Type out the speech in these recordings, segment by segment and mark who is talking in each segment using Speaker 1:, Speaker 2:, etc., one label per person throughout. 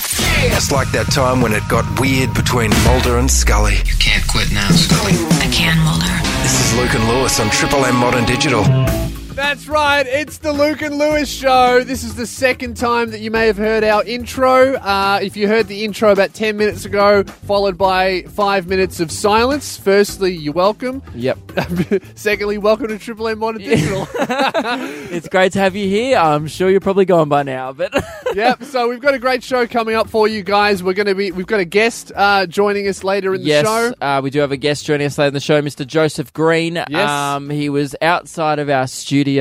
Speaker 1: Just like that time when it got weird between Mulder and Scully.
Speaker 2: You can't quit now, Scully.
Speaker 3: I can, Mulder.
Speaker 1: This is Luke and Lewis on Triple M Modern Digital.
Speaker 4: That's right. It's the Luke and Lewis show. This is the second time that you may have heard our intro. Uh, if you heard the intro about 10 minutes ago, followed by five minutes of silence, firstly, you're welcome.
Speaker 5: Yep.
Speaker 4: Secondly, welcome to Triple M Modern Digital.
Speaker 5: it's great to have you here. I'm sure you're probably gone by now, but
Speaker 4: yep. So we've got a great show coming up for you guys. We're going to be, we've got a guest uh, joining us later in the
Speaker 5: yes,
Speaker 4: show.
Speaker 5: Uh, we do have a guest joining us later in the show, Mr. Joseph Green.
Speaker 4: Yes.
Speaker 5: Um, he was outside of our studio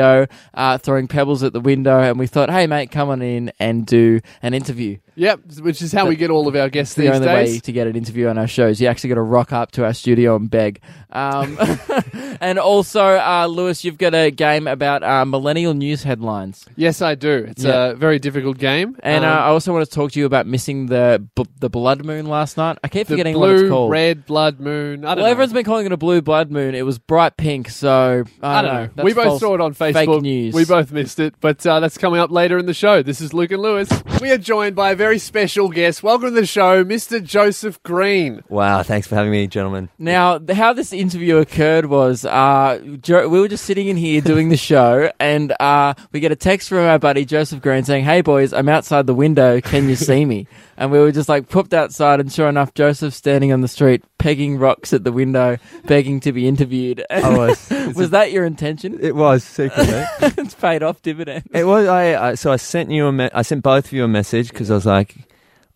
Speaker 5: uh, throwing pebbles at the window, and we thought, hey, mate, come on in and do an interview.
Speaker 4: Yep. Which is how we get all of our guests
Speaker 5: It's the
Speaker 4: these
Speaker 5: only
Speaker 4: days.
Speaker 5: way to get an interview on our shows. You actually got to rock up to our studio and beg. Um, and also, uh, Lewis, you've got a game about uh, millennial news headlines.
Speaker 4: Yes, I do. It's
Speaker 5: Yeah.
Speaker 4: a very difficult game.
Speaker 5: And
Speaker 4: Um,
Speaker 5: uh, I also want to talk to you about missing the b- the blood moon last night. I keep
Speaker 4: the
Speaker 5: forgetting
Speaker 4: blue,
Speaker 5: what it's called.
Speaker 4: red blood moon. I don't
Speaker 5: well,
Speaker 4: know.
Speaker 5: everyone's been calling it a blue blood moon. It was bright pink, so I,
Speaker 4: I don't know.
Speaker 5: That's
Speaker 4: we both
Speaker 5: false-
Speaker 4: saw it on Facebook.
Speaker 5: Fake news.
Speaker 4: We both missed it, but uh, that's coming up later in the show. This is Luke and Lewis. We are joined by a very special guest. Welcome to the show, Mr. Joseph Green.
Speaker 6: Wow, thanks for having me, gentlemen.
Speaker 5: Now, th- how this interview occurred was uh, jo- we were just sitting in here doing the show, and uh, we get a text from our buddy Joseph Green saying, Hey, boys, I'm outside the window. Can you see me? And we were just like popped outside, and sure enough, Joseph's standing on the street, pegging rocks at the window, begging to be interviewed.
Speaker 6: I was.
Speaker 5: was that your intention?
Speaker 6: It was secretly.
Speaker 5: it's paid off dividends.
Speaker 6: it was. I, I so I sent you a. Me- I sent both of you a message because I was like,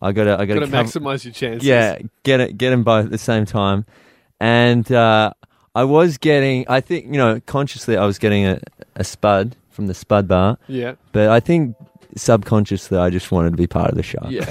Speaker 6: I gotta, I
Speaker 4: Got
Speaker 6: gotta,
Speaker 4: to
Speaker 6: cover-
Speaker 4: maximize your chances.
Speaker 6: yeah, get it, get them both at the same time, and uh, I was getting. I think you know, consciously, I was getting a, a spud from the spud bar,
Speaker 4: yeah.
Speaker 6: but I think subconsciously, I just wanted to be part of the show.
Speaker 4: Yeah.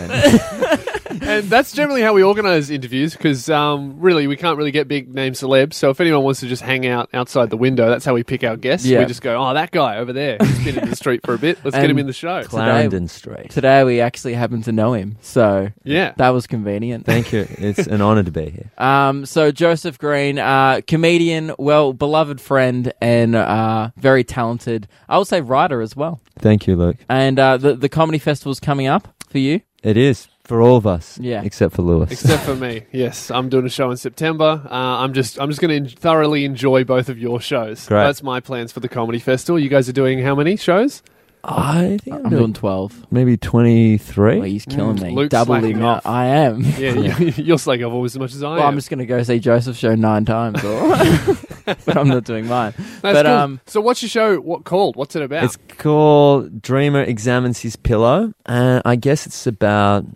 Speaker 4: and that's generally how we organise interviews because um, really we can't really get big name celebs. So if anyone wants to just hang out outside the window, that's how we pick our guests.
Speaker 5: Yeah.
Speaker 4: We just go, oh, that guy over there, he's been in the street for a bit. Let's get him
Speaker 5: And
Speaker 4: in the show.
Speaker 6: Clarendon Street.
Speaker 5: Today we actually happened to know him, so
Speaker 4: Yeah.
Speaker 5: that was convenient.
Speaker 6: Thank you. It's an honor to be here.
Speaker 5: Um, so Joseph Green, uh, comedian, well beloved friend, and uh, very talented. I would say writer as well.
Speaker 6: Thank you, Luke.
Speaker 5: And uh, the the comedy festival's coming up for you.
Speaker 6: It is for all of us,
Speaker 5: Yeah.
Speaker 6: except for Lewis.
Speaker 4: Except for me, yes, I'm doing a show in September. Uh, I'm just, I'm just going to thoroughly enjoy both of your shows.
Speaker 6: Great.
Speaker 4: That's my plans for the comedy festival. You guys are doing how many shows?
Speaker 6: I think
Speaker 5: I'm doing twelve.
Speaker 6: Uh, maybe 23.
Speaker 5: Well, he's killing
Speaker 4: Mm,
Speaker 5: me,
Speaker 4: Luke's
Speaker 5: doubling
Speaker 4: slacking
Speaker 5: up.
Speaker 4: off. Oh,
Speaker 5: I am.
Speaker 4: Yeah, you, you're slacking off almost as much as I
Speaker 5: Well,
Speaker 4: am.
Speaker 5: I'm just gonna go see Joseph's show nine times, or but I'm not doing mine.
Speaker 4: That's
Speaker 5: but,
Speaker 4: cool.
Speaker 5: um,
Speaker 4: so what's your show? What called? What's it about?
Speaker 6: It's called Dreamer Examines His Pillow, and I guess it's about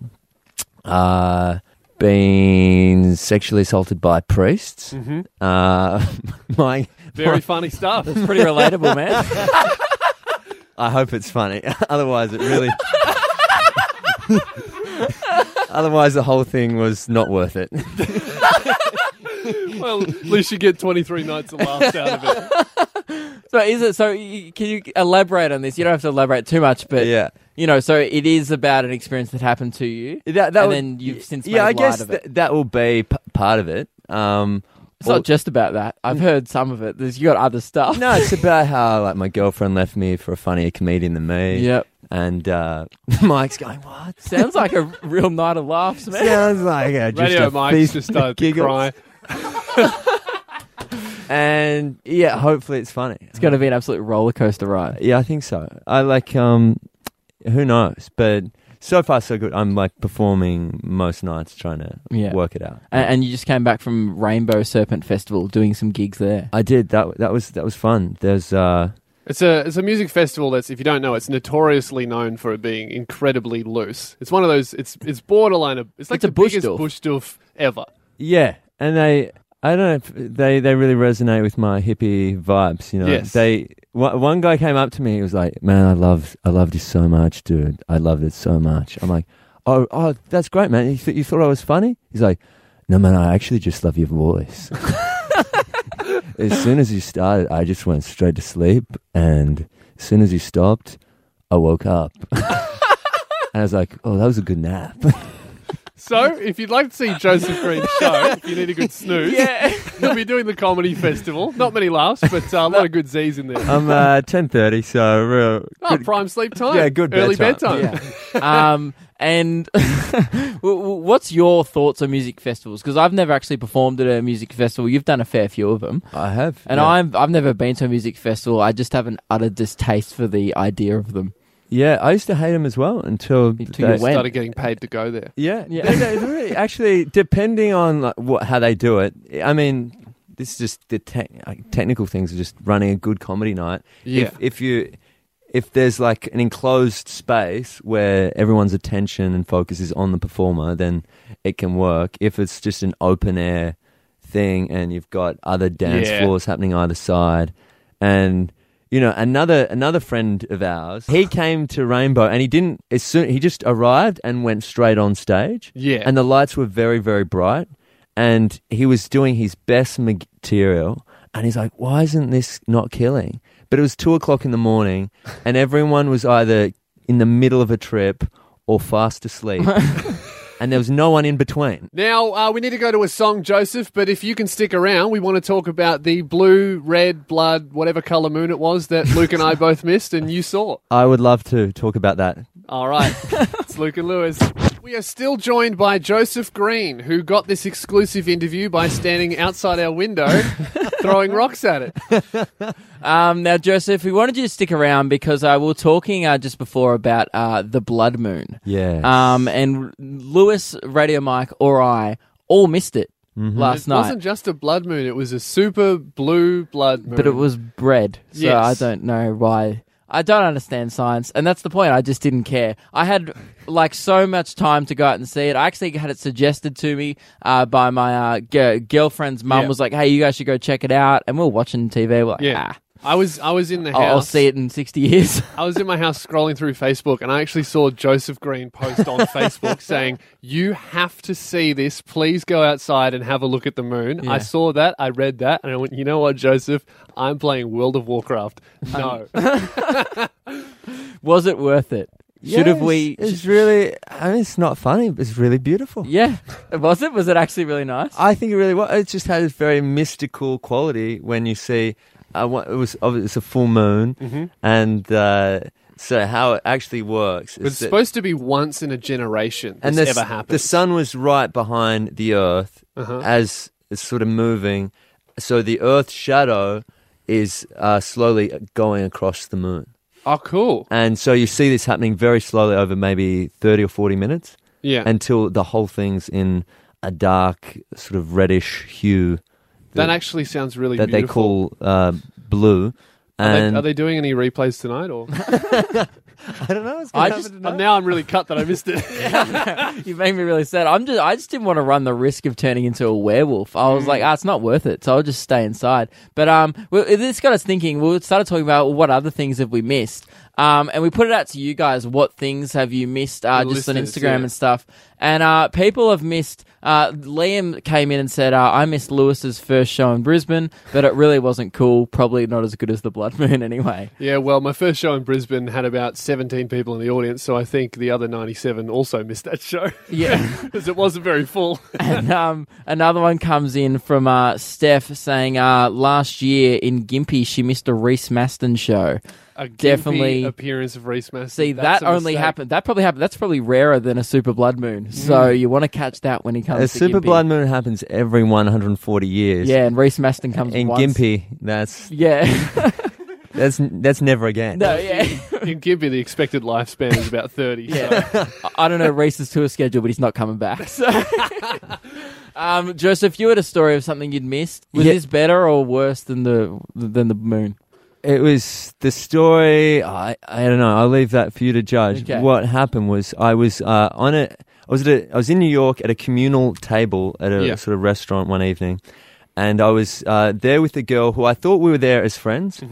Speaker 6: uh, being sexually assaulted by priests.
Speaker 4: Mhm.
Speaker 6: Uh, my,
Speaker 4: Very funny stuff.
Speaker 5: That's pretty relatable, man.
Speaker 6: I hope it's funny. Otherwise, it really. Otherwise, the whole thing was not worth it.
Speaker 4: well, at least you get 23 nights of laughs out of it.
Speaker 5: so is it? So y- can you elaborate on this? You don't have to elaborate too much, but
Speaker 6: yeah.
Speaker 5: You know, so it is about an experience that happened to you.
Speaker 6: That,
Speaker 5: And
Speaker 6: would-
Speaker 5: then you've since
Speaker 6: yeah,
Speaker 5: made
Speaker 6: I guess
Speaker 5: light of it.
Speaker 6: tha- that will be p- part of it. Um,
Speaker 5: It's
Speaker 6: well-
Speaker 5: not just about that. I've heard some of it. There's you got other stuff.
Speaker 6: No, it's about how like my girlfriend left me for a funnier comedian than me.
Speaker 5: Yep.
Speaker 6: And uh, Mike's going, What?
Speaker 5: Sounds like a real night of laughs, man.
Speaker 6: Sounds like a, just
Speaker 4: Radio
Speaker 6: a
Speaker 4: Mike's
Speaker 6: feast
Speaker 4: just
Speaker 6: of
Speaker 4: started to
Speaker 6: giggles.
Speaker 4: cry.
Speaker 6: And yeah, hopefully it's funny. Uh,
Speaker 5: It's going to be an absolute roller coaster ride.
Speaker 6: Yeah, I think so. I like um who knows? But so far so good. I'm like performing most nights trying to
Speaker 5: Yeah.
Speaker 6: work it out.
Speaker 5: And, and you just came back from Rainbow Serpent Festival doing some gigs there.
Speaker 6: I did that that was that was fun. There's uh
Speaker 4: It's a it's a music festival that's if you don't know it's notoriously known for it being incredibly loose. It's one of those it's it's borderline of it's like
Speaker 5: It's a
Speaker 4: the biggest
Speaker 5: Bushduff.
Speaker 4: Bushduff ever.
Speaker 6: Yeah, and they, I don't know, if they they really resonate with my hippie vibes. You know,
Speaker 4: Yes.
Speaker 6: they one, one guy came up to me. He was like, "Man, I love I loved you so much, dude. I loved it so much." I'm like, "Oh, oh, that's great, man. You, th- you thought I was funny?" He's like, "No, man, I actually just love your voice." as soon as you started, I just went straight to sleep, and as soon as you stopped, I woke up, and I was like, "Oh, that was a good nap."
Speaker 4: So, if you'd like to see Joseph Green's show, if you need a good snooze,
Speaker 5: Yeah.
Speaker 4: he'll be doing the comedy festival. Not many laughs, but uh, a lot of good Z's in there.
Speaker 6: I'm uh, ten thirty, so uh,
Speaker 4: Oh, prime sleep time.
Speaker 6: Yeah, good
Speaker 4: early
Speaker 6: bedtime.
Speaker 4: bedtime.
Speaker 5: Yeah. um, and w- w- what's your thoughts on music festivals? Because I've never actually performed at a music festival. You've done a fair few of them.
Speaker 6: I have,
Speaker 5: And
Speaker 6: yeah.
Speaker 5: I'm, I've never been to a music festival. I just have an utter distaste for the idea of them.
Speaker 6: yeah, I used to hate him as well until
Speaker 5: Until
Speaker 6: they-
Speaker 5: you went.
Speaker 4: Started getting paid to go there.
Speaker 6: Yeah,
Speaker 5: Yeah.
Speaker 6: They- they really- actually, depending on like, what how they do it, I mean, this is just the te- like, technical things are just running a good comedy night.
Speaker 4: Yeah.
Speaker 6: If, if you if there's like an enclosed space where everyone's attention and focus is on the performer, then it can work. If it's just an open air thing and you've got other dance
Speaker 4: Yeah.
Speaker 6: floors happening either side, and you know another another friend of ours, he came to Rainbow and he didn't as soon he just arrived and went straight on stage.
Speaker 4: Yeah.
Speaker 6: and the lights were very very bright, and he was doing his best material, and he's like, why isn't this not killing? But it was two o'clock in the morning, and everyone was either in the middle of a trip or fast asleep. And there was no one in between.
Speaker 4: Now, uh, we need to go to a song, Joseph, but if you can stick around, we want to talk about the blue, red, blood, whatever colour moon it was that Luke and I both missed and you saw.
Speaker 6: I would love to talk about that.
Speaker 4: All right. it's Luke and Lewis. We are still joined by Joseph Green, who got this exclusive interview by standing outside our window throwing rocks at it.
Speaker 5: Um, now, Joseph, we wanted you to stick around because uh, we were talking uh, just before about uh, the blood moon.
Speaker 6: Yeah.
Speaker 5: Um, and Lewis, Radio Mike, or I all missed it last
Speaker 4: It
Speaker 5: night.
Speaker 4: wasn't just a blood moon, it was a super blue blood moon.
Speaker 5: but it was bread. So
Speaker 4: Yes.
Speaker 5: I don't know why. I don't understand science, and that's the point. I just didn't care. I had like so much time to go out and see it. I actually had it suggested to me uh, by my uh, g- girlfriend's mum.
Speaker 4: Yeah.
Speaker 5: Was like, "Hey, you guys should go check it out." And we we're watching TV. We're like,
Speaker 4: Yeah.
Speaker 5: yeah.
Speaker 4: I was I was in the house.
Speaker 5: Oh, I'll, I'll see it in sixty years.
Speaker 4: I was in my house scrolling through Facebook and I actually saw Joseph Green post on Facebook saying, You have to see this. Please go outside and have a look at the moon. I
Speaker 5: Yeah.
Speaker 4: saw that. I read that. And I went, You know what, Joseph? I'm playing World of Warcraft.
Speaker 5: Um,
Speaker 4: No.
Speaker 5: Was it worth it? Should have
Speaker 6: Yes,
Speaker 5: we?
Speaker 6: It's really. I mean, it's not funny. But it's really beautiful.
Speaker 5: yeah. Was it? Was it actually really nice?
Speaker 6: I think it really was. It just had this very mystical quality when you see. Uh, it was obvi- it's a full moon,
Speaker 5: Mm-hmm.
Speaker 6: and uh, so how it actually works.
Speaker 4: it's
Speaker 6: that-
Speaker 4: supposed to be once in a generation
Speaker 6: and
Speaker 4: this
Speaker 6: the, s-
Speaker 4: ever happened.
Speaker 6: the sun was right behind the Earth
Speaker 5: Uh-huh.
Speaker 6: as it's sort of moving, so the Earth's shadow is uh, slowly going across the moon.
Speaker 4: oh, cool.
Speaker 6: And so you see this happening very slowly over maybe 30 or 40 minutes
Speaker 4: Yeah.
Speaker 6: until the whole thing's in a dark, sort of reddish hue
Speaker 4: that
Speaker 6: the-
Speaker 4: actually sounds really
Speaker 6: that they
Speaker 4: beautiful.
Speaker 6: call uh, blue.
Speaker 4: Are they-
Speaker 6: And
Speaker 4: are they doing any replays tonight? Or
Speaker 6: I don't know.
Speaker 5: I just
Speaker 4: Uh, now I'm really cut that I missed it.
Speaker 5: you made me really sad. I'm just I just didn't want to run the risk of turning into a werewolf. I was
Speaker 6: Mm.
Speaker 5: like, ah, it's not worth it. So I'll just stay inside. But um, well, this got us thinking. We started talking about well, what other things have we missed. Um, and we put it out to you guys. What things have you missed? Uh,
Speaker 4: The
Speaker 5: just on
Speaker 4: listeners,
Speaker 5: Instagram
Speaker 4: yeah.
Speaker 5: and stuff. And uh, people have missed. Uh, Liam came in and said, uh, "I missed Lewis's first show in Brisbane, but it really wasn't cool. Probably not as good as the Blood Moon, anyway."
Speaker 4: yeah, well, my first show in Brisbane had about 17 people in the audience, so I think the other 97 also missed that show.
Speaker 5: Yeah.
Speaker 4: because it wasn't very full.
Speaker 5: And um, another one comes in from uh, Steph saying uh, last year in Gimpy she missed a Reese Maston show.
Speaker 4: A gimpy
Speaker 5: Definitely.
Speaker 4: appearance of Reese Master.
Speaker 5: See that only happened. That probably happened. That's probably rarer than a super blood moon. So you want to catch that when he comes.
Speaker 6: a
Speaker 5: to
Speaker 6: super
Speaker 5: Gympie.
Speaker 6: blood moon happens every 140 years.
Speaker 5: Yeah, and Reese Maston comes
Speaker 6: In
Speaker 5: once.
Speaker 6: Gimpy, that's
Speaker 5: Yeah,
Speaker 6: that's that's never again.
Speaker 5: no, yeah.
Speaker 4: In Gimpy, the expected lifespan is about 30.
Speaker 5: Yeah. I- I don't know Reese's tour schedule, but he's not coming back. So. um, Joseph, you had a story of something you'd missed. Was
Speaker 6: Yeah.
Speaker 5: this better or worse than the than the moon?
Speaker 6: It was the story. I I don't know. I'll leave that for you to judge.
Speaker 5: Okay.
Speaker 6: What happened was I was uh, on a I was at a, I was in New York at a communal table at a
Speaker 4: Yeah.
Speaker 6: sort of restaurant one evening, and I was uh, there with a girl who I thought we were there as friends,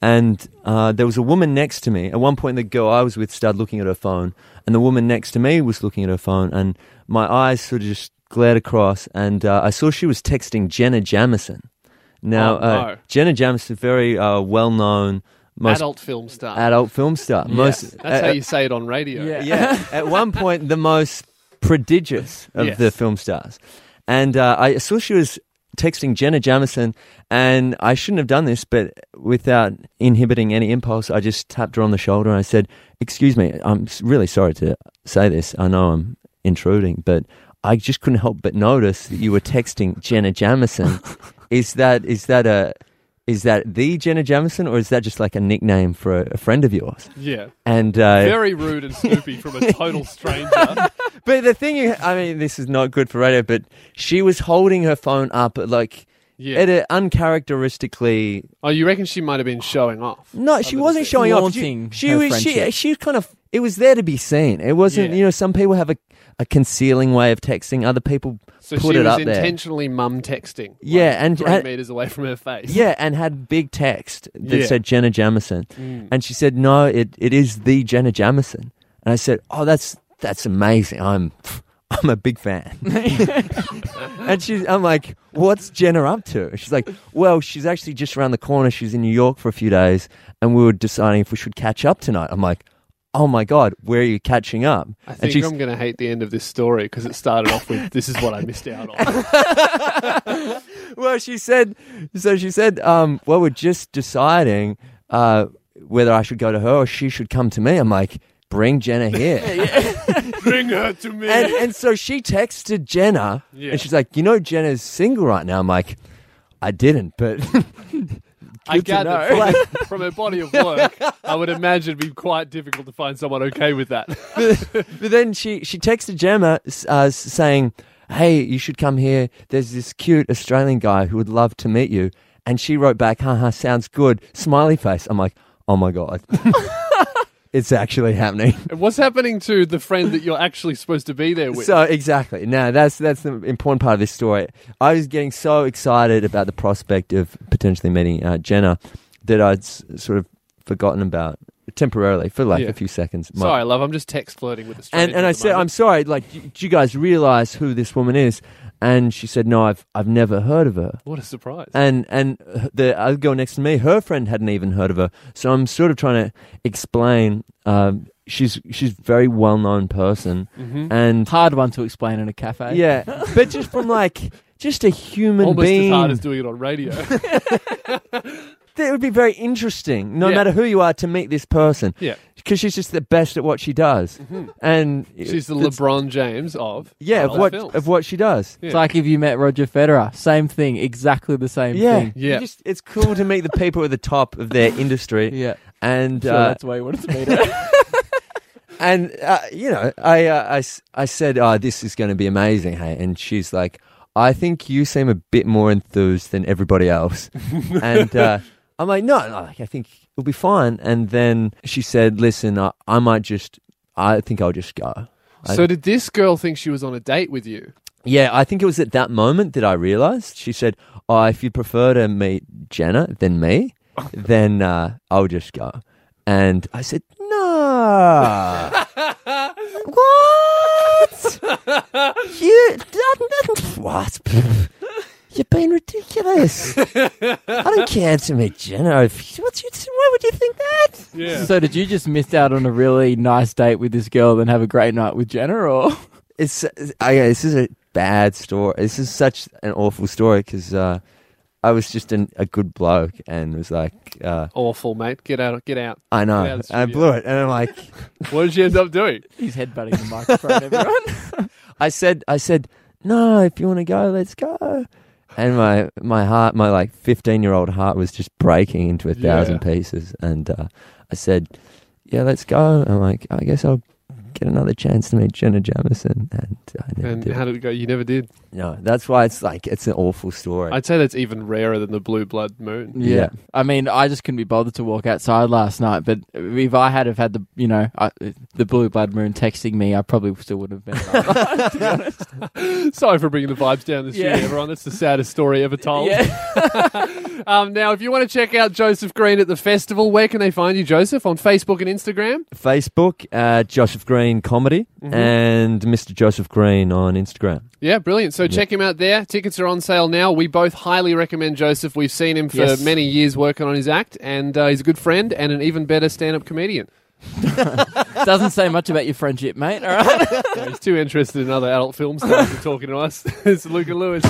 Speaker 6: and uh, there was a woman next to me. At one point, the girl I was with started looking at her phone, and the woman next to me was looking at her phone, and my eyes sort of just glared across, and uh, I saw she was texting Jenna Jamison. Now,
Speaker 4: Oh, no.
Speaker 6: uh, Jenna Jamison, very uh, well-known most adult,
Speaker 4: Adult film star.
Speaker 6: film star. Most
Speaker 4: That's
Speaker 6: uh,
Speaker 4: how you say it on radio.
Speaker 5: Yeah.
Speaker 6: yeah. At one point, the most prodigious of
Speaker 4: Yes.
Speaker 6: the film stars. And uh, I saw she was texting Jenna Jamison, and I shouldn't have done this, but without inhibiting any impulse, I just tapped her on the shoulder and I said, Excuse me, I'm s- really sorry to say this. I know I'm intruding, but I just couldn't help but notice that you were texting Jenna Jamison. is that is that a is that the Jenna Jamison, or is that just like a nickname for a, a friend of yours?
Speaker 2: Yeah.
Speaker 6: And uh,
Speaker 2: Very rude and snoopy from a total stranger.
Speaker 6: But the thing, is- I mean, this is not good for radio, but she was holding her phone up like
Speaker 4: Yeah.
Speaker 6: at an uncharacteristically.
Speaker 4: Oh, you reckon she might have been showing off?
Speaker 6: No, she wasn't showing off. She,
Speaker 5: Flaunting
Speaker 6: she
Speaker 5: her
Speaker 6: was. She,
Speaker 5: friendship.
Speaker 6: she was kind of. It was there to be seen. It wasn't.
Speaker 4: Yeah.
Speaker 6: You know, some people have a, a concealing way of texting. Other people
Speaker 4: So
Speaker 6: put
Speaker 4: she
Speaker 6: it
Speaker 4: was
Speaker 6: up there.
Speaker 4: intentionally mum texting. like,
Speaker 6: Yeah, and-
Speaker 4: three
Speaker 6: and-
Speaker 4: meters away from her face.
Speaker 6: Yeah, and had big text that
Speaker 4: Yeah.
Speaker 6: said Jenna Jamison,
Speaker 4: Hmm.
Speaker 6: and she said, "No, it, it is the Jenna Jamison." And I said, "Oh, that's that's amazing. I'm I'm a big fan." and she, I'm like, "What's Jenna up to?" She's like, "Well, she's actually just around the corner. She's in New York for a few days, and we were deciding if we should catch up tonight." I'm like. Oh my God! Where are you catching up?
Speaker 4: I
Speaker 6: and
Speaker 4: think
Speaker 6: she's,
Speaker 4: I'm going to hate the end of this story because it started off with this is what I missed out on.
Speaker 6: well, she said, so she said, um, well, we're just deciding uh, whether I should go to her or she should come to me. I'm like, bring Jenna here.
Speaker 4: Bring her to me.
Speaker 6: and, and so she texted Jenna
Speaker 4: Yeah.
Speaker 6: and she's like, you know, Jenna's single right now. I'm like, I didn't, but
Speaker 4: I
Speaker 6: Good to
Speaker 4: gather
Speaker 6: know.
Speaker 4: from, her- from her body of work, I would imagine it'd be quite difficult to find someone okay with that.
Speaker 6: but then she, she texted Gemma uh, saying, Hey, you should come here. There's this cute Australian guy who would love to meet you. And she wrote back, haha, sounds good, smiley face. I'm like, oh my God. it's actually happening.
Speaker 4: And What's happening to the friend that you're actually supposed to be there with?
Speaker 6: So exactly. Now that's that's the important part of this story. I was getting so excited about the prospect of potentially meeting uh, Jenna that I'd s- sort of forgotten about temporarily for like
Speaker 4: Yeah.
Speaker 6: a few seconds. My-
Speaker 4: Sorry, love, I'm just text flirting with a stranger.
Speaker 6: and and
Speaker 4: at
Speaker 6: I
Speaker 4: the
Speaker 6: said,
Speaker 4: moment.
Speaker 6: "I'm sorry. Like, do, do you guys realize who this woman is?" And she said, "No, I've I've never heard of her."
Speaker 4: What a surprise.
Speaker 6: And and the other girl next to me, her friend hadn't even heard of her. So I'm sort of trying to explain. Um, she's she's a very well known person,
Speaker 4: Mm-hmm.
Speaker 6: and
Speaker 5: Hard one to explain in a cafe.
Speaker 6: yeah, but just from like just a human
Speaker 4: Almost
Speaker 6: being,
Speaker 4: as hard as doing it on radio.
Speaker 6: it would be very interesting, no
Speaker 4: Yeah.
Speaker 6: matter who you are, to meet this person.
Speaker 4: Yeah.
Speaker 6: because she's just the best at what she does, and
Speaker 4: She's the
Speaker 6: it's-
Speaker 4: LeBron James of
Speaker 6: yeah of
Speaker 4: adult
Speaker 6: what
Speaker 4: films.
Speaker 6: of what she does.
Speaker 5: It's like if you met Roger Federer, same thing, exactly the same
Speaker 6: Yeah,
Speaker 5: thing.
Speaker 4: Yeah.
Speaker 6: You just- it's cool to meet the people at the top of their industry.
Speaker 5: Yeah.
Speaker 6: and
Speaker 5: So
Speaker 6: uh,
Speaker 5: that's why you wanted to meet her.
Speaker 6: and uh, you know, I, uh, I s- I said, "Oh, this is going to be amazing." Hey, and she's like, "I think you seem a bit more enthused than everybody else," and uh, I'm like, "No, no, like, I think it'll be fine." And then she said, "Listen, I, I might just, I think I'll just go." I-
Speaker 4: So did this girl think she was on a date with you?
Speaker 6: Yeah, I think it was at that moment that I realized. She said, "Oh, if you prefer to meet Jenna than me, then uh, I'll just go." And I said, "No, what? You that, what? You've been ridiculous. I don't care to meet Jenna. If, what's you, why would you think that?"
Speaker 4: Yeah.
Speaker 5: So did you just miss out on a really nice date with this girl and have a great night with Jenna or
Speaker 6: it's I, this is a bad story. This is such an awful story because uh, I was just an, a good bloke and was like, uh,
Speaker 4: Awful, mate. Get out. Get out.
Speaker 6: I know,
Speaker 4: Yeah, that's
Speaker 6: and I
Speaker 4: true,
Speaker 6: blew it, and I'm like,
Speaker 4: What did she end up doing?
Speaker 5: he's headbutting the microphone, everyone?
Speaker 6: I said, I said, no, if you want to go, let's go. And my my heart, my like 15 year old heart was just breaking into a thousand
Speaker 4: Yeah.
Speaker 6: pieces, and uh, I said, yeah, let's go. I'm like, I guess I'll get another chance to meet Jenna Jamison, and uh, I never
Speaker 4: And
Speaker 6: did.
Speaker 4: how did it go? You never did.
Speaker 6: no, that's why it's like it's an awful story.
Speaker 4: I'd say that's even rarer than the blue blood moon.
Speaker 5: Yeah.
Speaker 6: Yeah.
Speaker 5: I mean, I just couldn't be bothered to walk outside last night, but if I had have had the, you know, I, the blue blood moon texting me, I probably still would have been.
Speaker 4: Sorry for bringing the vibes down this
Speaker 5: Yeah.
Speaker 4: year, everyone. That's the saddest story ever told.
Speaker 5: yeah.
Speaker 4: Um, now, if you want to check out Joseph Green at the festival, where can they find you, Joseph? On Facebook and Instagram?
Speaker 6: Facebook, uh, Joseph Green Comedy, and Mr. Joseph Green on Instagram.
Speaker 4: Yeah, brilliant. So check him out there. Tickets are on sale now. We both highly recommend Joseph. We've seen him for
Speaker 5: Yes.
Speaker 4: many years working on his act, and uh, he's a good friend and an even better stand up comedian.
Speaker 5: Doesn't say much about your friendship, mate. All right.
Speaker 4: He's too interested in other adult films than talking to us. it's Luke and Lewis.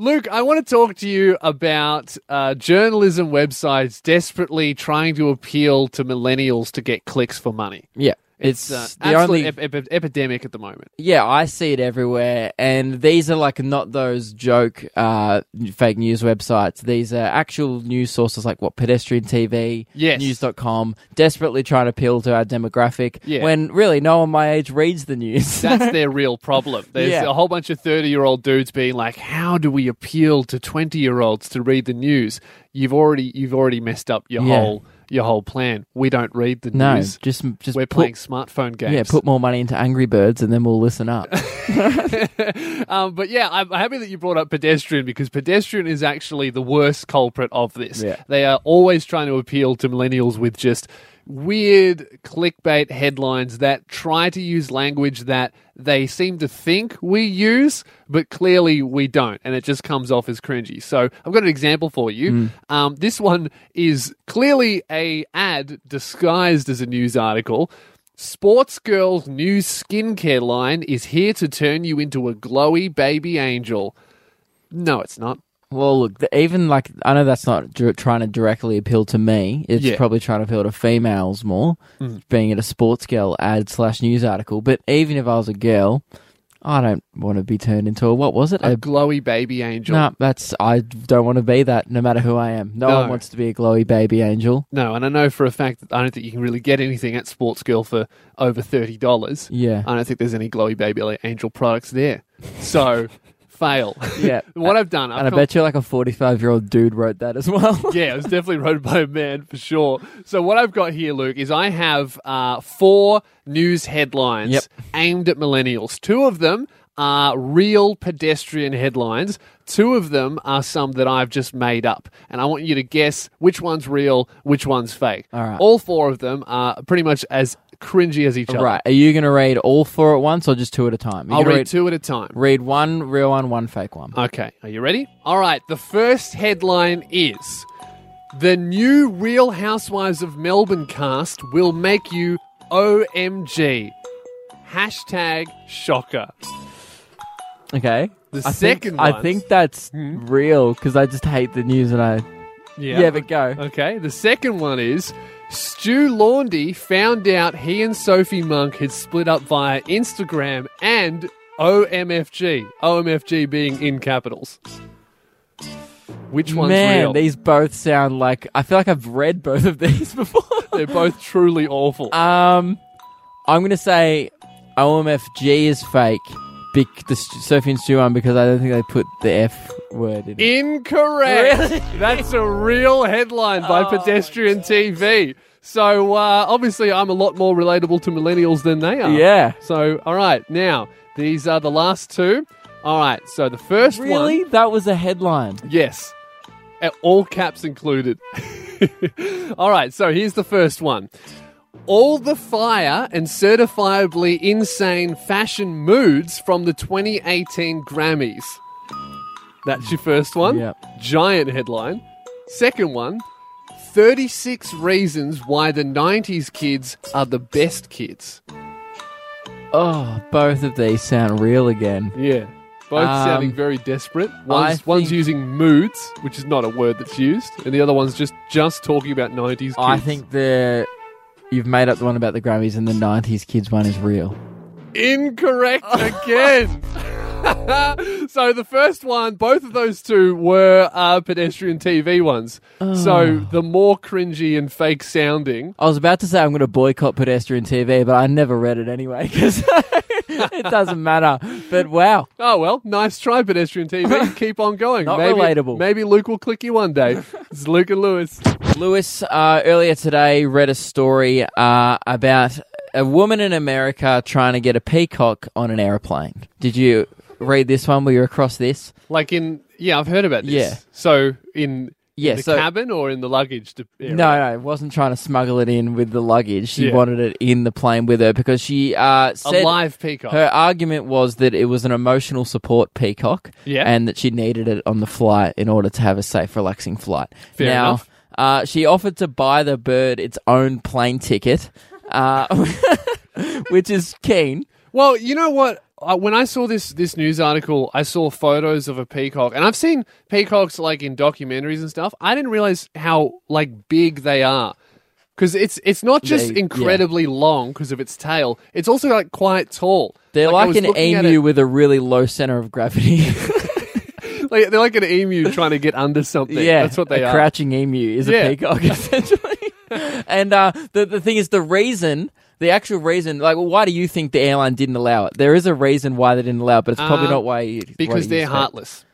Speaker 4: Luke, I want to talk to you about uh, journalism websites desperately trying to appeal to millennials to get clicks for money.
Speaker 5: Yeah. It's,
Speaker 4: uh,
Speaker 5: the
Speaker 4: absolute
Speaker 5: only
Speaker 4: ep- ep- epidemic at the moment.
Speaker 5: Yeah, I see it everywhere. And these are like not those joke uh, fake news websites. These are actual news sources like what pedestrian TV,
Speaker 4: Yes.
Speaker 5: news.com, desperately trying to appeal to our demographic
Speaker 4: Yeah.
Speaker 5: when really no one my age reads the news.
Speaker 4: That's their real problem. There's
Speaker 5: Yeah.
Speaker 4: a whole bunch of 30 year old dudes being like, "How do we appeal to 20 year olds to read the news?" You've already you've already messed up your
Speaker 5: Yeah.
Speaker 4: whole your whole plan. We don't read the
Speaker 5: no,
Speaker 4: news.
Speaker 5: just just
Speaker 4: We're
Speaker 5: put,
Speaker 4: playing smartphone games.
Speaker 5: yeah, put more money into Angry Birds and then we'll listen up.
Speaker 4: Um, but yeah, I'm happy that you brought up pedestrian because pedestrian is actually the worst culprit of this.
Speaker 5: Yeah.
Speaker 4: They are always trying to appeal to millennials with just weird clickbait headlines that try to use language that they seem to think we use, but clearly we don't. And it just comes off as cringy. So I've got an example for you. Um, this one is clearly a ad disguised as a news article. Sports Girl's new skincare line is here to turn you into a glowy baby angel. No, it's not.
Speaker 5: Well, look, th- even like I know that's not dir- trying to directly appeal to me. It's
Speaker 4: Yeah. Mm.
Speaker 5: probably trying to appeal to females more, being it a sports girl ad slash news article. But even if I was a girl, I don't want to be turned into a what was it?
Speaker 4: A
Speaker 5: A
Speaker 4: glowy baby angel.
Speaker 5: no, that's I don't want to be that. No matter who I am, no,
Speaker 4: No.
Speaker 5: one wants to be a glowy baby angel.
Speaker 4: No, and I know for a fact that I don't think you can really get anything at Sports Girl for over $30.
Speaker 5: Yeah,
Speaker 4: I don't think there's any glowy baby angel products there. So, fail.
Speaker 5: yeah.
Speaker 4: what I've done, I've
Speaker 5: and I
Speaker 4: come-
Speaker 5: bet you like a forty-five-year-old dude wrote that as well.
Speaker 4: yeah, it was definitely wrote by a man for sure. So what I've got here, Luke, is I have uh, four news headlines
Speaker 5: Yep.
Speaker 4: aimed at millennials. Two of them are real pedestrian headlines. Two of them are some that I've just made up, and I want you to guess which one's real, which one's fake.
Speaker 5: All right.
Speaker 4: All four of them are pretty much as cringy as each other.
Speaker 5: right? Are you going to read all four at once or just two at a time? You're
Speaker 4: I'll
Speaker 5: gonna
Speaker 4: read, two at a time.
Speaker 5: Read one real one, one fake one.
Speaker 4: Okay, are you ready? All right, the first headline is The new Real Housewives of Melbourne cast will make you OMG. Hashtag shocker. Uh,
Speaker 5: Okay.
Speaker 4: The
Speaker 5: I
Speaker 4: second
Speaker 5: think, I
Speaker 4: one-
Speaker 5: think that's real because I just hate the news and I. Yeah, but go.
Speaker 4: Okay, the second one is Stu Laundy found out he and Sophie Monk had split up via Instagram and OMFG. OMFG being in capitals. Which one's
Speaker 5: Man,
Speaker 4: real?
Speaker 5: these both sound like I feel like I've read both of these before.
Speaker 4: They're both truly awful.
Speaker 5: um, I'm gonna say OMFG is fake. Bec- the Stu- Sophie and Stu one because I don't think they put the F word in. it.
Speaker 4: Incorrect.
Speaker 5: Really?
Speaker 4: That's a real headline
Speaker 5: Oh,
Speaker 4: by Pedestrian TV. So uh, obviously, I'm a lot more relatable to millennials than they are.
Speaker 5: Yeah.
Speaker 4: So all right, now these are the last two. All right. So the first
Speaker 5: Really,
Speaker 4: one,
Speaker 5: that was a headline.
Speaker 4: yes, Uh, all caps included. all right. So here's the first one. All the fire and certifiably insane fashion moods from the 2018 Grammys. That's your first one.
Speaker 5: Yep.
Speaker 4: Giant headline. Second one 36 reasons why the 90s kids are the best kids.
Speaker 5: Oh, both of these sound real again.
Speaker 4: Yeah. Both
Speaker 5: Um,
Speaker 4: sounding very desperate. One's,
Speaker 5: I
Speaker 4: one's
Speaker 5: think-
Speaker 4: using moods, which is not a word that's used, and the other one's just just talking about 90s kids.
Speaker 5: I think the you've made up the one about the Grammys and the '90s kids one is real.
Speaker 4: Incorrect again. so the first one, both of those two were uh, pedestrian TV ones. So
Speaker 5: Oh.
Speaker 4: the more cringy and fake sounding,
Speaker 5: I was about to say I'm going to boycott pedestrian TV, but I never read it anyway because it doesn't matter. But wow,
Speaker 4: Oh well, nice try, pedestrian TV. Keep on going.
Speaker 5: Not
Speaker 4: maybe,
Speaker 5: relatable.
Speaker 4: Maybe Luke will click you one day. It's Luke and Lewis.
Speaker 5: Lewis uh, earlier today read a story uh, about a woman in America trying to get a peacock on an airplane. Did you read this one? Were you across this?
Speaker 4: Like in yeah, I've heard about this.
Speaker 5: Yeah.
Speaker 4: So in
Speaker 5: Yeah,
Speaker 4: the
Speaker 5: so-
Speaker 4: cabin or in the luggage? to- area?
Speaker 5: No, no, wasn't trying to smuggle it in with the luggage. She
Speaker 4: Yeah.
Speaker 5: wanted it in the plane with her because she uh,
Speaker 4: a
Speaker 5: said
Speaker 4: live peacock.
Speaker 5: Her argument was that it was an emotional support peacock,
Speaker 4: Yeah.
Speaker 5: and that she needed it on the flight in order to have a safe, relaxing flight.
Speaker 4: Fair
Speaker 5: now,
Speaker 4: enough.
Speaker 5: Uh, she offered to buy the bird its own plane ticket, uh, which is keen.
Speaker 4: Well, you know what? Uh, when I saw this this news article, I saw photos of a peacock, and I've seen peacocks like in documentaries and stuff. I didn't realize how like big they are because it's it's not just
Speaker 5: They- yeah.
Speaker 4: incredibly long because of its tail. It's also like quite tall.
Speaker 5: They're
Speaker 4: I
Speaker 5: like,
Speaker 4: was
Speaker 5: an
Speaker 4: looking at it-
Speaker 5: emu with a really low center of gravity.
Speaker 4: like, they're like an emu trying to get under something.
Speaker 5: yeah,
Speaker 4: that's what they
Speaker 5: a
Speaker 4: are.
Speaker 5: crouching emu is
Speaker 4: Yeah.
Speaker 5: a peacock essentially. and uh, the the thing is, the reason, the actual reason, like, why do you think the airline didn't allow it? There is a reason why they didn't allow it, but it's probably
Speaker 4: Uh,
Speaker 5: not why you why
Speaker 4: because
Speaker 5: you
Speaker 4: they're
Speaker 5: expect.
Speaker 4: heartless.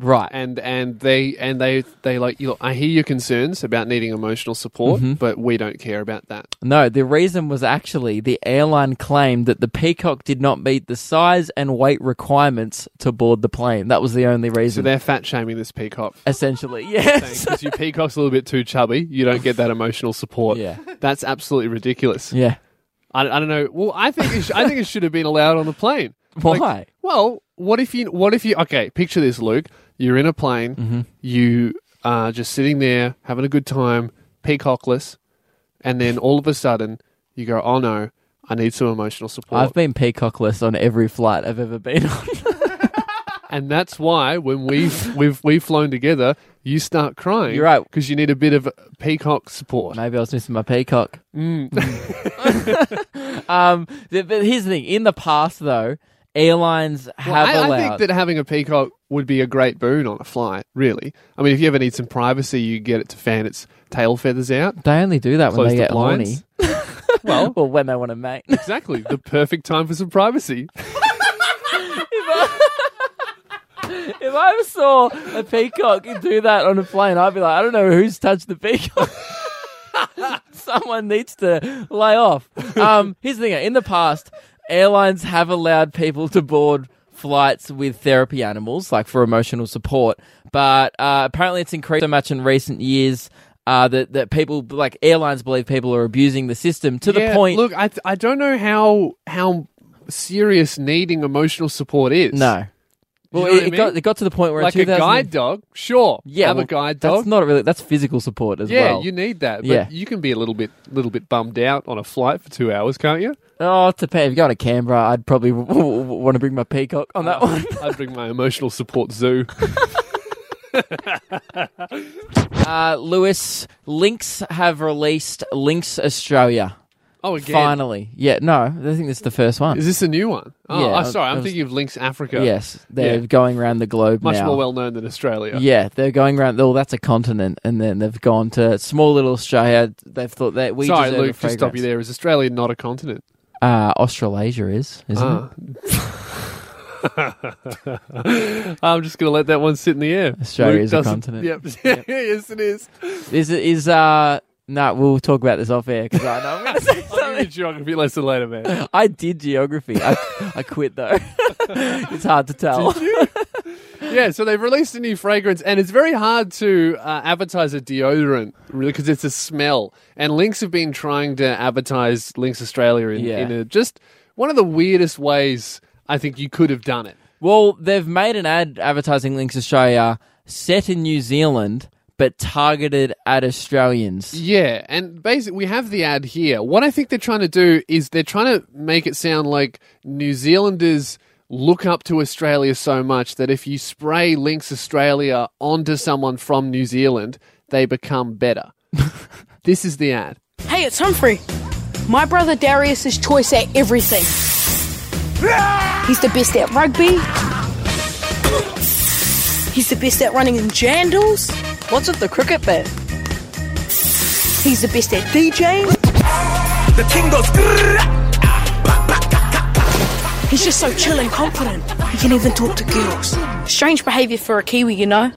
Speaker 5: right?
Speaker 4: and and they and they they like you look, I hear your concerns about needing emotional support,
Speaker 5: Mm-hmm.
Speaker 4: but we don't care about that.
Speaker 5: No, the reason was actually the airline claimed that the Peacock did not meet the size and weight requirements to board the plane. That was the only
Speaker 4: So
Speaker 5: reason.
Speaker 4: they're fat shaming this peacock.
Speaker 5: essentially, yes.
Speaker 4: Because your peacock's a little bit too chubby, you don't get that emotional support.
Speaker 5: Yeah.
Speaker 4: that's absolutely ridiculous.
Speaker 5: Yeah.
Speaker 4: I, I don't know. Well, I think it sh- I think it should have been allowed on the plane.
Speaker 5: Why?
Speaker 4: Well, what if you? What if you? Okay, picture this, Luke. You're in a plane.
Speaker 5: Mm-hmm.
Speaker 4: You are just sitting there having a good time, peacockless, and then all of a sudden you go, "Oh no, I need some emotional support."
Speaker 5: I've been peacockless on every flight I've ever been on.
Speaker 4: and that's why when we've we've we've flown together, you start crying.
Speaker 5: You're right.
Speaker 4: because you need a bit of peacock support.
Speaker 5: Maybe I was missing my peacock. Mm, um, th- but here's the thing: in the past, though, airlines
Speaker 4: Well,
Speaker 5: have
Speaker 4: I, I
Speaker 5: allowed.
Speaker 4: think that having a peacock would be a great boon on a flight. Really, I mean, if you ever need some privacy, you get it to fan its tail feathers out.
Speaker 5: they only do that when
Speaker 4: Close
Speaker 5: they
Speaker 4: the
Speaker 5: get horny.
Speaker 4: blinds.
Speaker 5: well, or when they want to mate.
Speaker 4: Exactly, the perfect time for some privacy.
Speaker 5: If I ever saw a peacock do that on a plane, I'd be like, I don't know who's touched the peacock. Someone needs to lay off. Um, here's the thing: in the past, airlines have allowed people to board flights with therapy animals, like for emotional support. But uh, apparently, it's increased so much in recent years uh, that that people, like airlines, believe people are abusing the system to the point.
Speaker 4: Look, I th- I don't know how how serious needing emotional support is.
Speaker 5: no. Well,
Speaker 4: know what
Speaker 5: it,
Speaker 4: I
Speaker 5: it got
Speaker 4: mean?
Speaker 5: it got to the point where
Speaker 4: like
Speaker 5: in
Speaker 4: a
Speaker 5: 2000
Speaker 4: guide dog, sure.
Speaker 5: Yeah,
Speaker 4: have
Speaker 5: well,
Speaker 4: a guide
Speaker 5: That's
Speaker 4: dog.
Speaker 5: not really that's physical support as
Speaker 4: yeah,
Speaker 5: well.
Speaker 4: you need that. But
Speaker 5: Yeah.
Speaker 4: you can be a little bit little bit bummed out on a flight for two hours, can't you?
Speaker 5: Oh, to pay. If you go to Canberra, I'd probably w- w- w- want to bring my peacock on that one.
Speaker 4: I'd bring my emotional support zoo.
Speaker 5: Uh, Lewis, Lynx have released Lynx Australia.
Speaker 4: Oh, again.
Speaker 5: Finally. Yeah, no, I think that's the first one.
Speaker 4: Is this a new one? Oh,
Speaker 5: Yeah,
Speaker 4: oh, sorry,
Speaker 5: I
Speaker 4: I'm
Speaker 5: was-
Speaker 4: thinking of Lynx Africa.
Speaker 5: Yes, they're
Speaker 4: Yeah.
Speaker 5: going around the globe
Speaker 4: Much
Speaker 5: now.
Speaker 4: more well known than Australia.
Speaker 5: Yeah, they're going around. Oh, that's a continent, and then they've gone to small little Australia. They've thought that we.
Speaker 4: sorry,
Speaker 5: deserve a
Speaker 4: Luke, just stop you
Speaker 5: fragrance.
Speaker 4: there. Is Australia not a continent?
Speaker 5: Uh, Australasia is, isn't
Speaker 4: Ah. I'm just going to let that one sit in the air.
Speaker 5: Australia
Speaker 4: Luke
Speaker 5: is a
Speaker 4: doesn't-
Speaker 5: continent.
Speaker 4: Yep. yes, it is.
Speaker 5: it? Is it is uh? No, we'll talk about this off air because I know I'm going to say
Speaker 4: I'll give you
Speaker 5: something.
Speaker 4: a geography lesson later, man.
Speaker 5: I did geography. I, I quit though. it's hard to tell.
Speaker 4: yeah, so they've released a new fragrance, and it's very hard to uh, advertise a deodorant really because it's a smell. And Lynx have been trying to advertise Lynx Australia in,
Speaker 5: Yeah.
Speaker 4: in a, just one of the weirdest ways I think you could have done it.
Speaker 5: Well, they've made an ad advertising links Australia set in New Zealand but targeted at Australians.
Speaker 4: Yeah, and basically we have the ad here. What I think they're trying to do is they're trying to make it sound like New Zealanders look up to Australia so much that if you spray Lynx Australia onto someone from New Zealand, they become better. this is the ad.
Speaker 3: Hey, it's Humphrey. My brother Darius is choice at everything. He's the best at rugby. He's the best at running in jandals. What's with the cricket bat? He's the best at DJing.
Speaker 7: The king goes. "Grrrr."
Speaker 3: He's just so chill and confident. He can even talk to girls. Strange behaviour for a Kiwi, you know.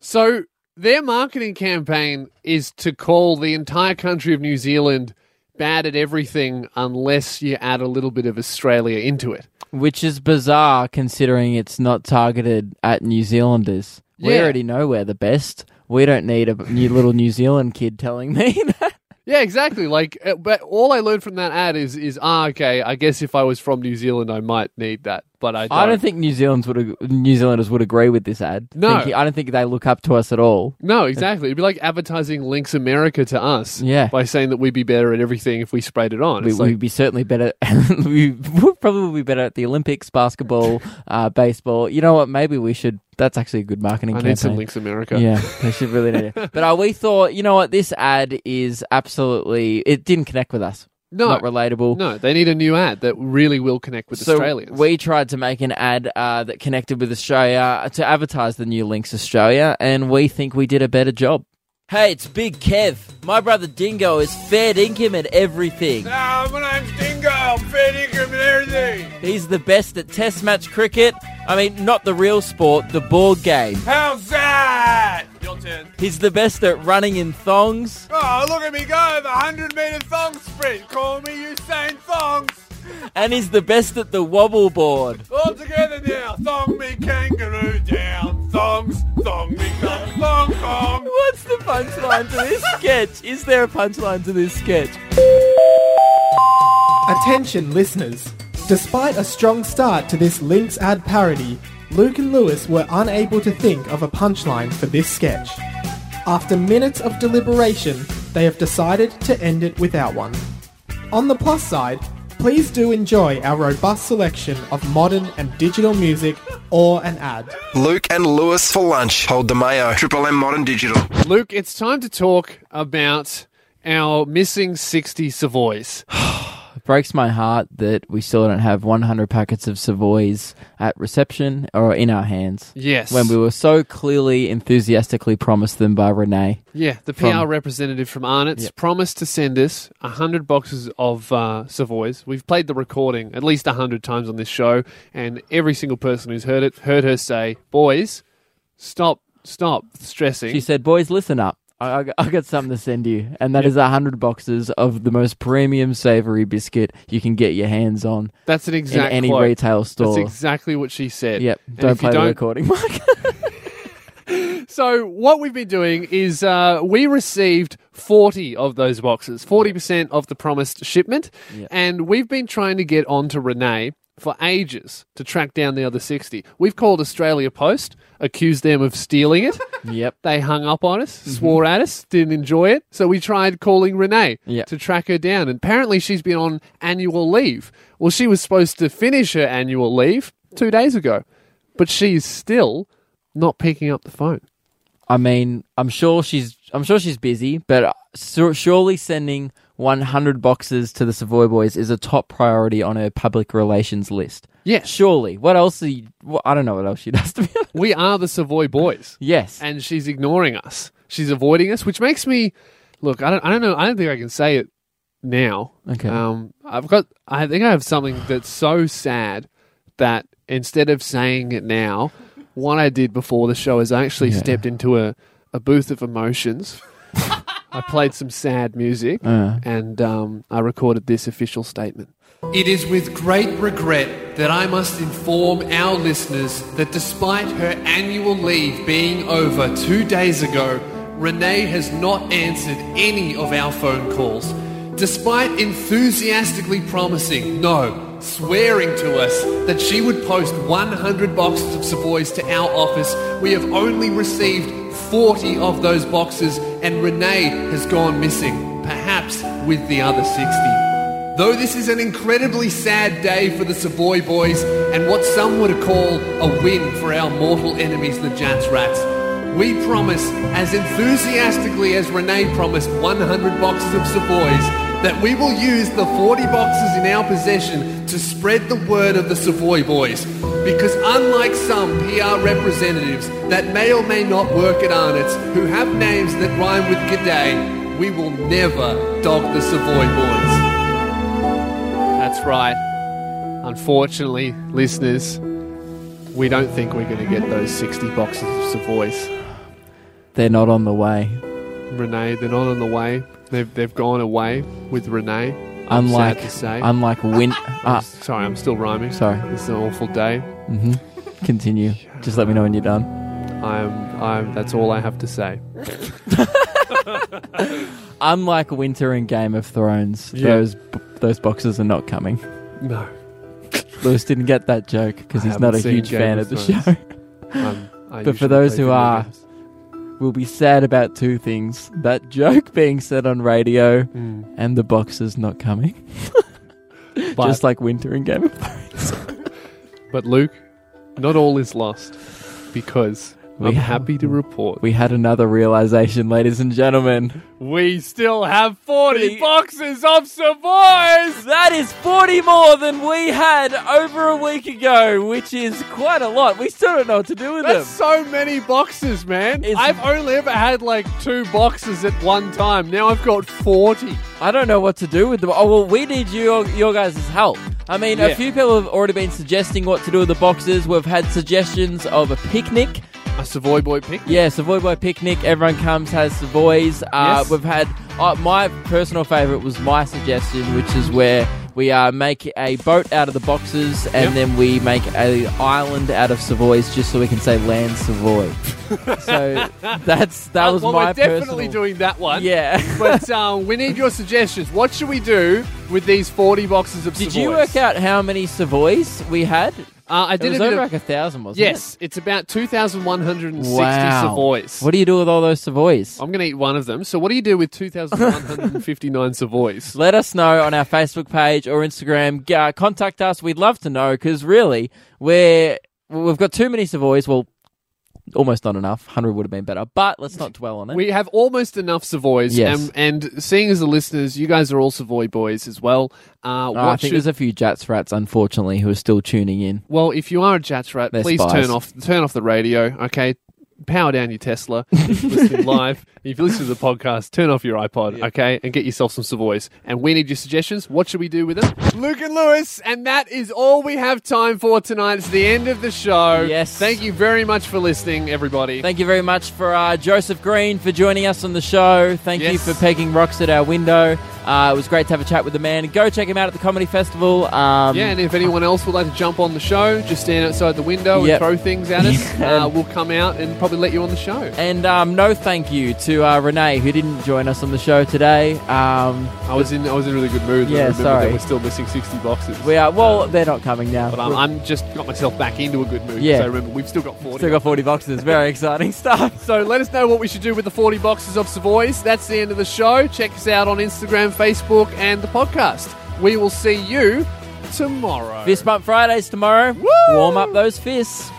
Speaker 4: So their marketing campaign is to call the entire country of New Zealand bad at everything unless you add a little bit of Australia into it.
Speaker 5: Which is bizarre considering it's not targeted at New Zealanders. We
Speaker 4: Yeah.
Speaker 5: already know we're the best. We don't need a new little New Zealand kid telling me that.
Speaker 4: Yeah, exactly. Like, uh, but all I learned from that ad is is ah, okay. I guess if I was from New Zealand, I might need that, but I don't.
Speaker 5: I don't think New Zealanders would ag- New Zealanders would agree with this ad.
Speaker 4: No.
Speaker 5: Thinking- I don't think they look up to us at all.
Speaker 4: no, exactly. It'd be like advertising links America to us,
Speaker 5: Yeah.
Speaker 4: by saying that we'd be better at everything if we sprayed it on.
Speaker 5: We,
Speaker 4: It's like,
Speaker 5: we'd be certainly better. we would probably be better at the Olympics, basketball, uh, baseball. You know what? Maybe we should. That's actually a good marketing
Speaker 4: I
Speaker 5: campaign.
Speaker 4: need some links America.
Speaker 5: Yeah, they should really need it. But uh, we thought, you know what, this ad is absolutely it didn't connect with us.
Speaker 4: No.
Speaker 5: not relatable.
Speaker 4: No, they need a new ad that really will connect with
Speaker 5: so
Speaker 4: Australians.
Speaker 5: we tried to make an ad uh, that connected with Australia uh, to advertise the new Links Australia, and we think we did a better job. Hey, it's Big Kev. My brother Dingo is fair dinkum at everything.
Speaker 7: Ah, my name's Dingo. I'm fair dinkum and everything.
Speaker 5: He's the best at Test match cricket. I mean, not the real sport, the board game.
Speaker 7: How's that? Your turn.
Speaker 5: He's the best at running in thongs.
Speaker 7: Oh, look at me go. The 100 meter thong sprint. Call me Usain Thongs.
Speaker 5: and he's the best at the wobble board.
Speaker 7: All together now. Thong me kangaroo down. Thongs. Thong me thong. Thong thong.
Speaker 5: What's the punchline to this sketch? Is there a punchline to this sketch?
Speaker 8: Attention, listeners. Despite a strong start to this Lynx ad parody, Luke and Lewis were unable to think of a punchline for this sketch. After minutes of deliberation, they have decided to end it without one. On the plus side, please do enjoy our robust selection of modern and digital music or an ad.
Speaker 1: Luke and Lewis for lunch. Hold the mayo. Triple M Modern Digital.
Speaker 4: Luke, it's time to talk about our missing 60 Savoys.
Speaker 5: It breaks my heart that we still don't have 100 packets of Savoys at reception or in our hands.
Speaker 4: Yes.
Speaker 5: When we were so clearly enthusiastically promised them by Renee.
Speaker 4: yeah, the PR
Speaker 5: From-
Speaker 4: representative from Arnott's promised to send us 100 boxes of uh, Savoys. We've played the recording at least 100 times on this show, and every single person who's heard it heard her say, Boys, stop, stop stressing.
Speaker 5: She said, Boys, listen up. I, I, got- I got something to send you, and that is a 100 boxes of the most premium savory biscuit you can get your hands on
Speaker 4: That's an exact
Speaker 5: in any
Speaker 4: quote.
Speaker 5: retail
Speaker 4: That's
Speaker 5: store.
Speaker 4: exactly what she said.
Speaker 5: yep,
Speaker 4: And
Speaker 5: don't
Speaker 4: if you
Speaker 5: play the recording, Mark.
Speaker 4: So what we've been doing is uh, we received 40 of those boxes, 40% of the promised shipment,
Speaker 5: Yeah.
Speaker 4: and we've been trying to get on to Renee for ages to track down the other 60. We've called Australia Post, accused them of stealing it.
Speaker 5: yep.
Speaker 4: They hung up on us,
Speaker 5: Mm-hmm.
Speaker 4: swore at us, didn't enjoy it. So we tried calling Renee
Speaker 5: Yeah.
Speaker 4: to track her down. And apparently she's been on annual leave. Well, she was supposed to finish her annual leave two days ago, but she's still not picking up the phone.
Speaker 5: I mean, I'm sure she's I'm sure she's busy, but uh, sur- surely sending 100 boxes to the Savoy Boys is a top priority on her public relations list.
Speaker 4: Yes.
Speaker 5: Surely. What else? Are you, wh- I don't know what else she does to be. honest.
Speaker 4: we are the Savoy boys,
Speaker 5: yes.
Speaker 4: and she's ignoring us. She's avoiding us, which makes me look. I don't. I don't know. I don't think I can say it now.
Speaker 5: Okay.
Speaker 4: Um, I've got. I think I have something that's so sad that instead of saying it now, what I did before the show is I actually stepped into a, a booth of emotions. I played some sad music, and um, I recorded this official statement. It is with great regret that I must inform our listeners that despite her annual leave being over two days ago, Renee has not answered any of our phone calls. Despite enthusiastically promising, no, swearing to us that she would post 100 boxes of Savoys to our office, we have only received 40 of those boxes and Renee has gone missing, perhaps with the other 60. Though this is an incredibly sad day for the Savoy boys and what some would call a win for our mortal enemies, the Jats Rats, we promise, as enthusiastically as Renee promised 100 boxes of Savoys, that we will use the 40 boxes in our possession to spread the word of the Savoy boys. Because unlike some PR representatives that may or may not work at Arnott's who have names that rhyme with G'day, we will never dog the Savoy boys. That's right. Unfortunately, listeners, we don't think we're going to get those 60 boxes of Savoys.
Speaker 5: They're not on the way.
Speaker 4: Renee, they're not on the way. They've, they've gone away with Renee.
Speaker 5: Unlike
Speaker 4: to say.
Speaker 5: unlike win uh,
Speaker 4: Sorry, I'm still rhyming.
Speaker 5: Sorry. Mm-hmm.
Speaker 4: It's an awful day.
Speaker 5: continue. Just let me know when you're done.
Speaker 4: I'm, I'm, that's all I have to say.
Speaker 5: Unlike Winter and Game of Thrones, those b- those boxes are not coming.
Speaker 4: No.
Speaker 5: Lewis didn't get that joke because
Speaker 4: I
Speaker 5: he's not a
Speaker 4: haven't seen
Speaker 5: huge
Speaker 4: Game
Speaker 5: fan
Speaker 4: of
Speaker 5: of the
Speaker 4: Thrones.
Speaker 5: show.
Speaker 4: Um, I
Speaker 5: But for
Speaker 4: usually
Speaker 5: those
Speaker 4: play video
Speaker 5: who are-
Speaker 4: games.
Speaker 5: We'll be sad about two things: that joke being said on radio
Speaker 4: Mm.
Speaker 5: and the boxes not coming.
Speaker 4: But-
Speaker 5: Just like Winter and Game of
Speaker 4: But Luke, not all is lost because
Speaker 5: We
Speaker 4: I'm
Speaker 5: have-
Speaker 4: happy to report
Speaker 5: We had another realization, ladies and gentlemen.
Speaker 4: we still have 40
Speaker 5: We-
Speaker 4: boxes of Savoys.
Speaker 5: That is 40 more than we had over a week ago, which is quite a lot. We still don't know what to do with
Speaker 4: That's
Speaker 5: them.
Speaker 4: so many boxes, man.
Speaker 5: It's-
Speaker 4: I've only ever had like two boxes at one time. Now I've got 40.
Speaker 5: I don't know what to do with them. Oh, well, we need your, your guys' help. I mean,
Speaker 4: Yeah.
Speaker 5: a few people have already been suggesting what to do with the boxes. We've had suggestions of a picnic.
Speaker 4: A Savoy boy pick.
Speaker 5: Yeah, Savoy Boy Picnic. Everyone comes, has Savoys. Uh,
Speaker 4: Yes.
Speaker 5: We've had uh, my personal favourite was my suggestion, which is where we uh, make a boat out of the boxes
Speaker 4: Yep.
Speaker 5: and then we make a island out of Savoys just so we can say land Savoy. so that's that
Speaker 4: Uh,
Speaker 5: was
Speaker 4: well,
Speaker 5: my
Speaker 4: we're definitely
Speaker 5: personal-
Speaker 4: doing that one.
Speaker 5: Yeah.
Speaker 4: but um, we need your suggestions. What should we do with these 40 boxes of
Speaker 5: Did
Speaker 4: Savoys?
Speaker 5: you work out how many Savoys we had?
Speaker 4: Uh, I
Speaker 5: It
Speaker 4: did
Speaker 5: was
Speaker 4: a bit
Speaker 5: over
Speaker 4: of-
Speaker 5: like a thousand, wasn't it?
Speaker 4: Yes, it's about 2,160
Speaker 5: Wow.
Speaker 4: Savoys.
Speaker 5: What do you do with all those Savoys?
Speaker 4: I'm going to eat one of them. So, what do you do with 2,159 Savoys?
Speaker 5: Let us know on our Facebook page or Instagram. G- Uh, contact us. We'd love to know because really, we're we've got too many Savoys. Well, almost not enough. Hundred would have been better, but let's not dwell on it.
Speaker 4: We have almost enough Savoys.
Speaker 5: Yes.
Speaker 4: And, and seeing as the listeners, you guys are all Savoy boys as well. Uh,
Speaker 5: Oh,
Speaker 4: what
Speaker 5: I think
Speaker 4: should-
Speaker 5: there's a few Jats rats, unfortunately, who are still tuning in.
Speaker 4: Well, if you are a Jats rat,
Speaker 5: They're
Speaker 4: please
Speaker 5: spies.
Speaker 4: turn off turn off the radio. Okay, power down your Tesla. If you're listening live, if you listen to the podcast, turn off your iPod. Okay, and get yourself some Savoys. And we need your suggestions. What should we do with them? Luke and Lewis, and that is all we have time for tonight. It's the end of the show.
Speaker 5: Yes.
Speaker 4: Thank you very much for listening, everybody.
Speaker 5: Thank you very much for uh, Joseph Green for joining us on the show. Thank you
Speaker 4: Yes.
Speaker 5: for pegging rocks at our window. Uh, it was great to have a chat with the man. Go check him out at the comedy festival. Um,
Speaker 4: yeah, and if anyone else would like to jump on the show, just stand outside the window
Speaker 5: Yep.
Speaker 4: and throw things at us. uh, we'll come out and probably let you on the show.
Speaker 5: and um, no thank you to uh, Renee who didn't join us on the show today. Um,
Speaker 4: I was in I was in a really good mood.
Speaker 5: Yeah,
Speaker 4: I remember
Speaker 5: sorry.
Speaker 4: that we're still missing sixty boxes. Um,
Speaker 5: We are well. They're not coming now.
Speaker 4: But um, I'm just got myself back into a good mood.
Speaker 5: Yeah.
Speaker 4: So remember, we've still got 40.
Speaker 5: Still got forty boxes. Very exciting stuff.
Speaker 4: so let us know what we should do with the 40 boxes of Savoys. That's the end of the show. Check us out on Instagram, Facebook, and the podcast. We will see you tomorrow.
Speaker 5: Fist bump Fridays tomorrow. Warm up those fists.